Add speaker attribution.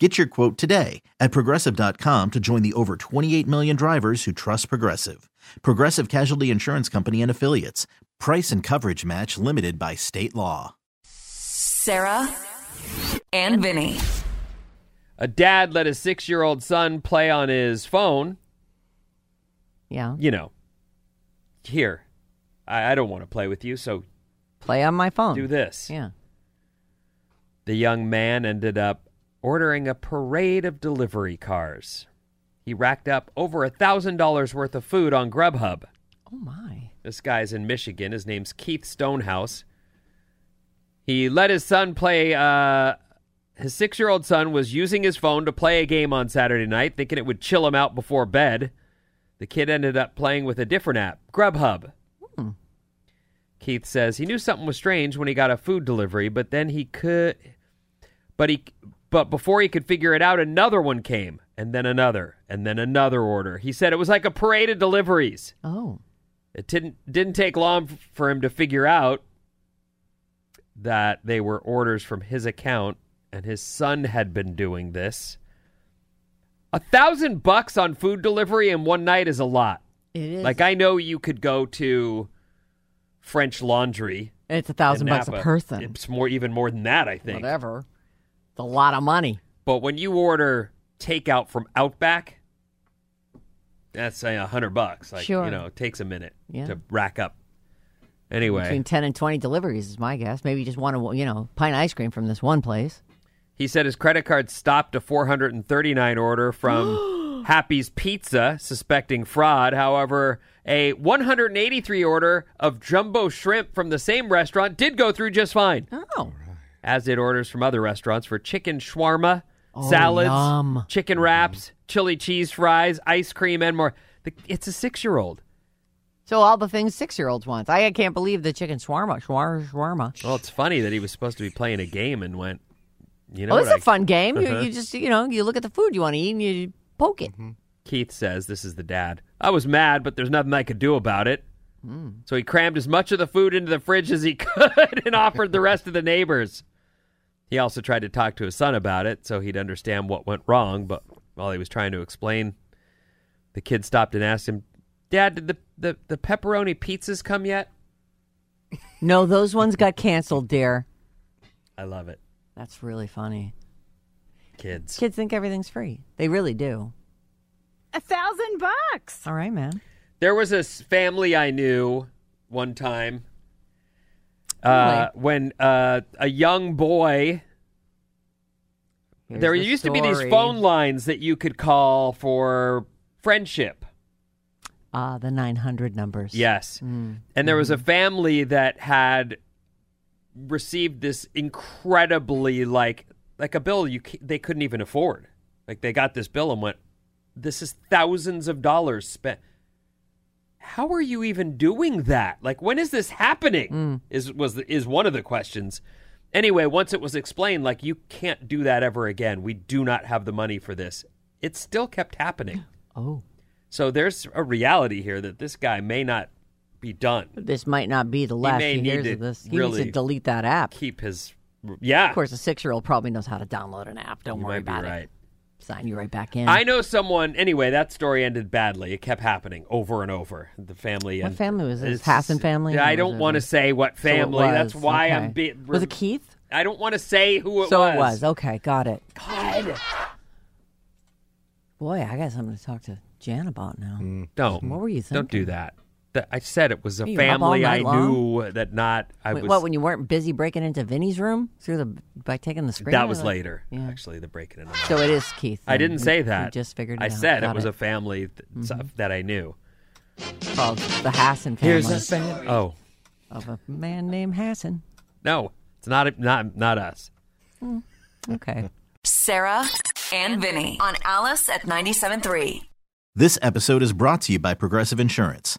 Speaker 1: Get your quote today at progressive.com to join the over 28 million drivers who trust Progressive. Progressive Casualty Insurance Company and Affiliates. Price and coverage match limited by state law.
Speaker 2: Sarah and Vinny.
Speaker 3: A dad let his six year old son play on his phone.
Speaker 4: Yeah.
Speaker 3: You know, here, I, I don't want to play with you, so
Speaker 4: Play on my phone.
Speaker 3: do this.
Speaker 4: Yeah.
Speaker 3: The young man ended up ordering a parade of delivery cars. He racked up over a $1,000 worth of food on Grubhub.
Speaker 4: Oh my.
Speaker 3: This guy's in Michigan. His name's Keith Stonehouse. He let his son play. Uh, his six year old son was using his phone to play a game on Saturday night, thinking it would chill him out before bed. The kid ended up playing with a different app, Grubhub. Keith says he knew something was strange when he got a food delivery, but then he could. But he. But before he could figure it out, another one came, and then another, and then another order. He said it was like a parade of deliveries.
Speaker 4: Oh.
Speaker 3: It didn't didn't take long f- for him to figure out that they were orders from his account and his son had been doing this. A thousand bucks on food delivery in one night is a lot.
Speaker 4: It is.
Speaker 3: Like I know you could go to French Laundry.
Speaker 4: it's a thousand
Speaker 3: in
Speaker 4: bucks a
Speaker 3: Napa.
Speaker 4: person.
Speaker 3: It's more even more than that, I think.
Speaker 4: Whatever. It's a lot of money.
Speaker 3: But when you order takeout from Outback, that's say a hundred bucks. Like
Speaker 4: Sure.
Speaker 3: you know, it takes a minute
Speaker 4: Yeah.
Speaker 3: to rack up. Anyway,
Speaker 4: Between 10 and 20 deliveries is my guess. Maybe you just want to, you know, pint ice cream from this one place.
Speaker 3: He said his credit card stopped a 439 order from Happy's Pizza, suspecting fraud. However, a 183 order of jumbo shrimp from the same restaurant did go through just fine,
Speaker 4: Oh.
Speaker 3: as did orders from other restaurants for chicken shawarma,
Speaker 4: Oh,
Speaker 3: salads,
Speaker 4: yum.
Speaker 3: chicken wraps, chili cheese fries, ice cream, and more. The- It's a six-year-old.
Speaker 4: So all the things six-year-olds want. I can't believe the chicken shawarma. Shawarma. shawarma.
Speaker 3: Well, it's funny that he was supposed to be playing a game and went, you know,
Speaker 4: oh,
Speaker 3: what
Speaker 4: it's a
Speaker 3: I-
Speaker 4: fun game.
Speaker 3: Uh-huh.
Speaker 4: You, you just, you know, you look at the food you want to eat and you poke it.
Speaker 3: Keith says, This is the dad. I was mad, but there's nothing I could do about it. So he crammed as much of the food into the fridge as he could and offered the rest of the neighbors. He also tried to talk to his son about it so he'd understand what went wrong, but while he was trying to explain, the kid stopped and asked him, Dad, did the, the, the pepperoni pizzas come yet?
Speaker 4: No, those ones got canceled, dear.
Speaker 3: I love it.
Speaker 4: That's really funny.
Speaker 3: Kids.
Speaker 4: Kids think everything's free. They really do.
Speaker 5: A thousand bucks.
Speaker 4: All right, man.
Speaker 3: There was a s- family I knew one time uh, when uh, a young boy
Speaker 4: Here's
Speaker 3: there
Speaker 4: the
Speaker 3: used to be these
Speaker 4: story.
Speaker 3: phone lines that you could call for friendship.
Speaker 4: Ah, the 900 numbers. Hmm.
Speaker 3: Yes. And there was a family that had received this incredibly like like a bill you ca- they couldn't even afford. Like they got this bill and went this is thousands of dollars spent. How are you even doing that? Like when is this happening? Is was the, is one of the questions. Anyway, once it was explained like you can't do that ever again. We do not have the money for this. It still kept happening.
Speaker 4: Oh,
Speaker 3: So there's a reality here that this guy may not be done.
Speaker 4: this might not be the last
Speaker 3: may
Speaker 4: few
Speaker 3: need
Speaker 4: years
Speaker 3: to
Speaker 4: of this. He needs
Speaker 3: really-
Speaker 4: to delete that app.
Speaker 3: Keep his yeah.
Speaker 4: Of course, a six-year-old probably knows how to download an app. Don't
Speaker 3: you
Speaker 4: worry
Speaker 3: might be
Speaker 4: about
Speaker 3: right.
Speaker 4: it. Sign you right back in.
Speaker 3: I know someone. Anyway, that story ended badly. It kept happening over and over. The family.
Speaker 4: What
Speaker 3: and-
Speaker 4: family was this?
Speaker 3: It's-
Speaker 4: Hassan family?
Speaker 3: I
Speaker 4: Or
Speaker 3: don't
Speaker 4: was it
Speaker 3: want to
Speaker 4: a-
Speaker 3: say what
Speaker 4: So it
Speaker 3: family. That's
Speaker 4: was,
Speaker 3: why
Speaker 4: okay.
Speaker 3: I'm. Be-
Speaker 4: was it Keith?
Speaker 3: I don't want to say who it
Speaker 4: so
Speaker 3: was.
Speaker 4: it was. Oh, Okay, got it. Boy, I got something to talk to Jan about now.
Speaker 3: Don't.
Speaker 4: What were you
Speaker 3: Don't do that. That- I said it was a
Speaker 4: You up all
Speaker 3: family I
Speaker 4: night long?
Speaker 3: knew that not. I
Speaker 4: Wait,
Speaker 3: was.
Speaker 4: what? When you weren't busy breaking into Vinny's room through the by taking the screen?
Speaker 3: that
Speaker 4: out
Speaker 3: was
Speaker 4: of the-
Speaker 3: later.
Speaker 4: Yeah.
Speaker 3: Actually, the breaking and all that.
Speaker 4: So it is Keith.
Speaker 3: I
Speaker 4: then.
Speaker 3: didn't
Speaker 4: We-
Speaker 3: say
Speaker 4: we
Speaker 3: that.
Speaker 4: just figured. It Mm-hmm.
Speaker 3: I
Speaker 4: out.
Speaker 3: said
Speaker 4: Got
Speaker 3: it was a family th- stuff that I knew.
Speaker 4: called the Hassan family
Speaker 3: Oh
Speaker 4: of a man named Hassan.
Speaker 3: no, it's not not not us.
Speaker 4: Okay.
Speaker 2: Sarah and Vinny on Alice at 97.3.
Speaker 1: This episode is brought to you by Progressive Insurance.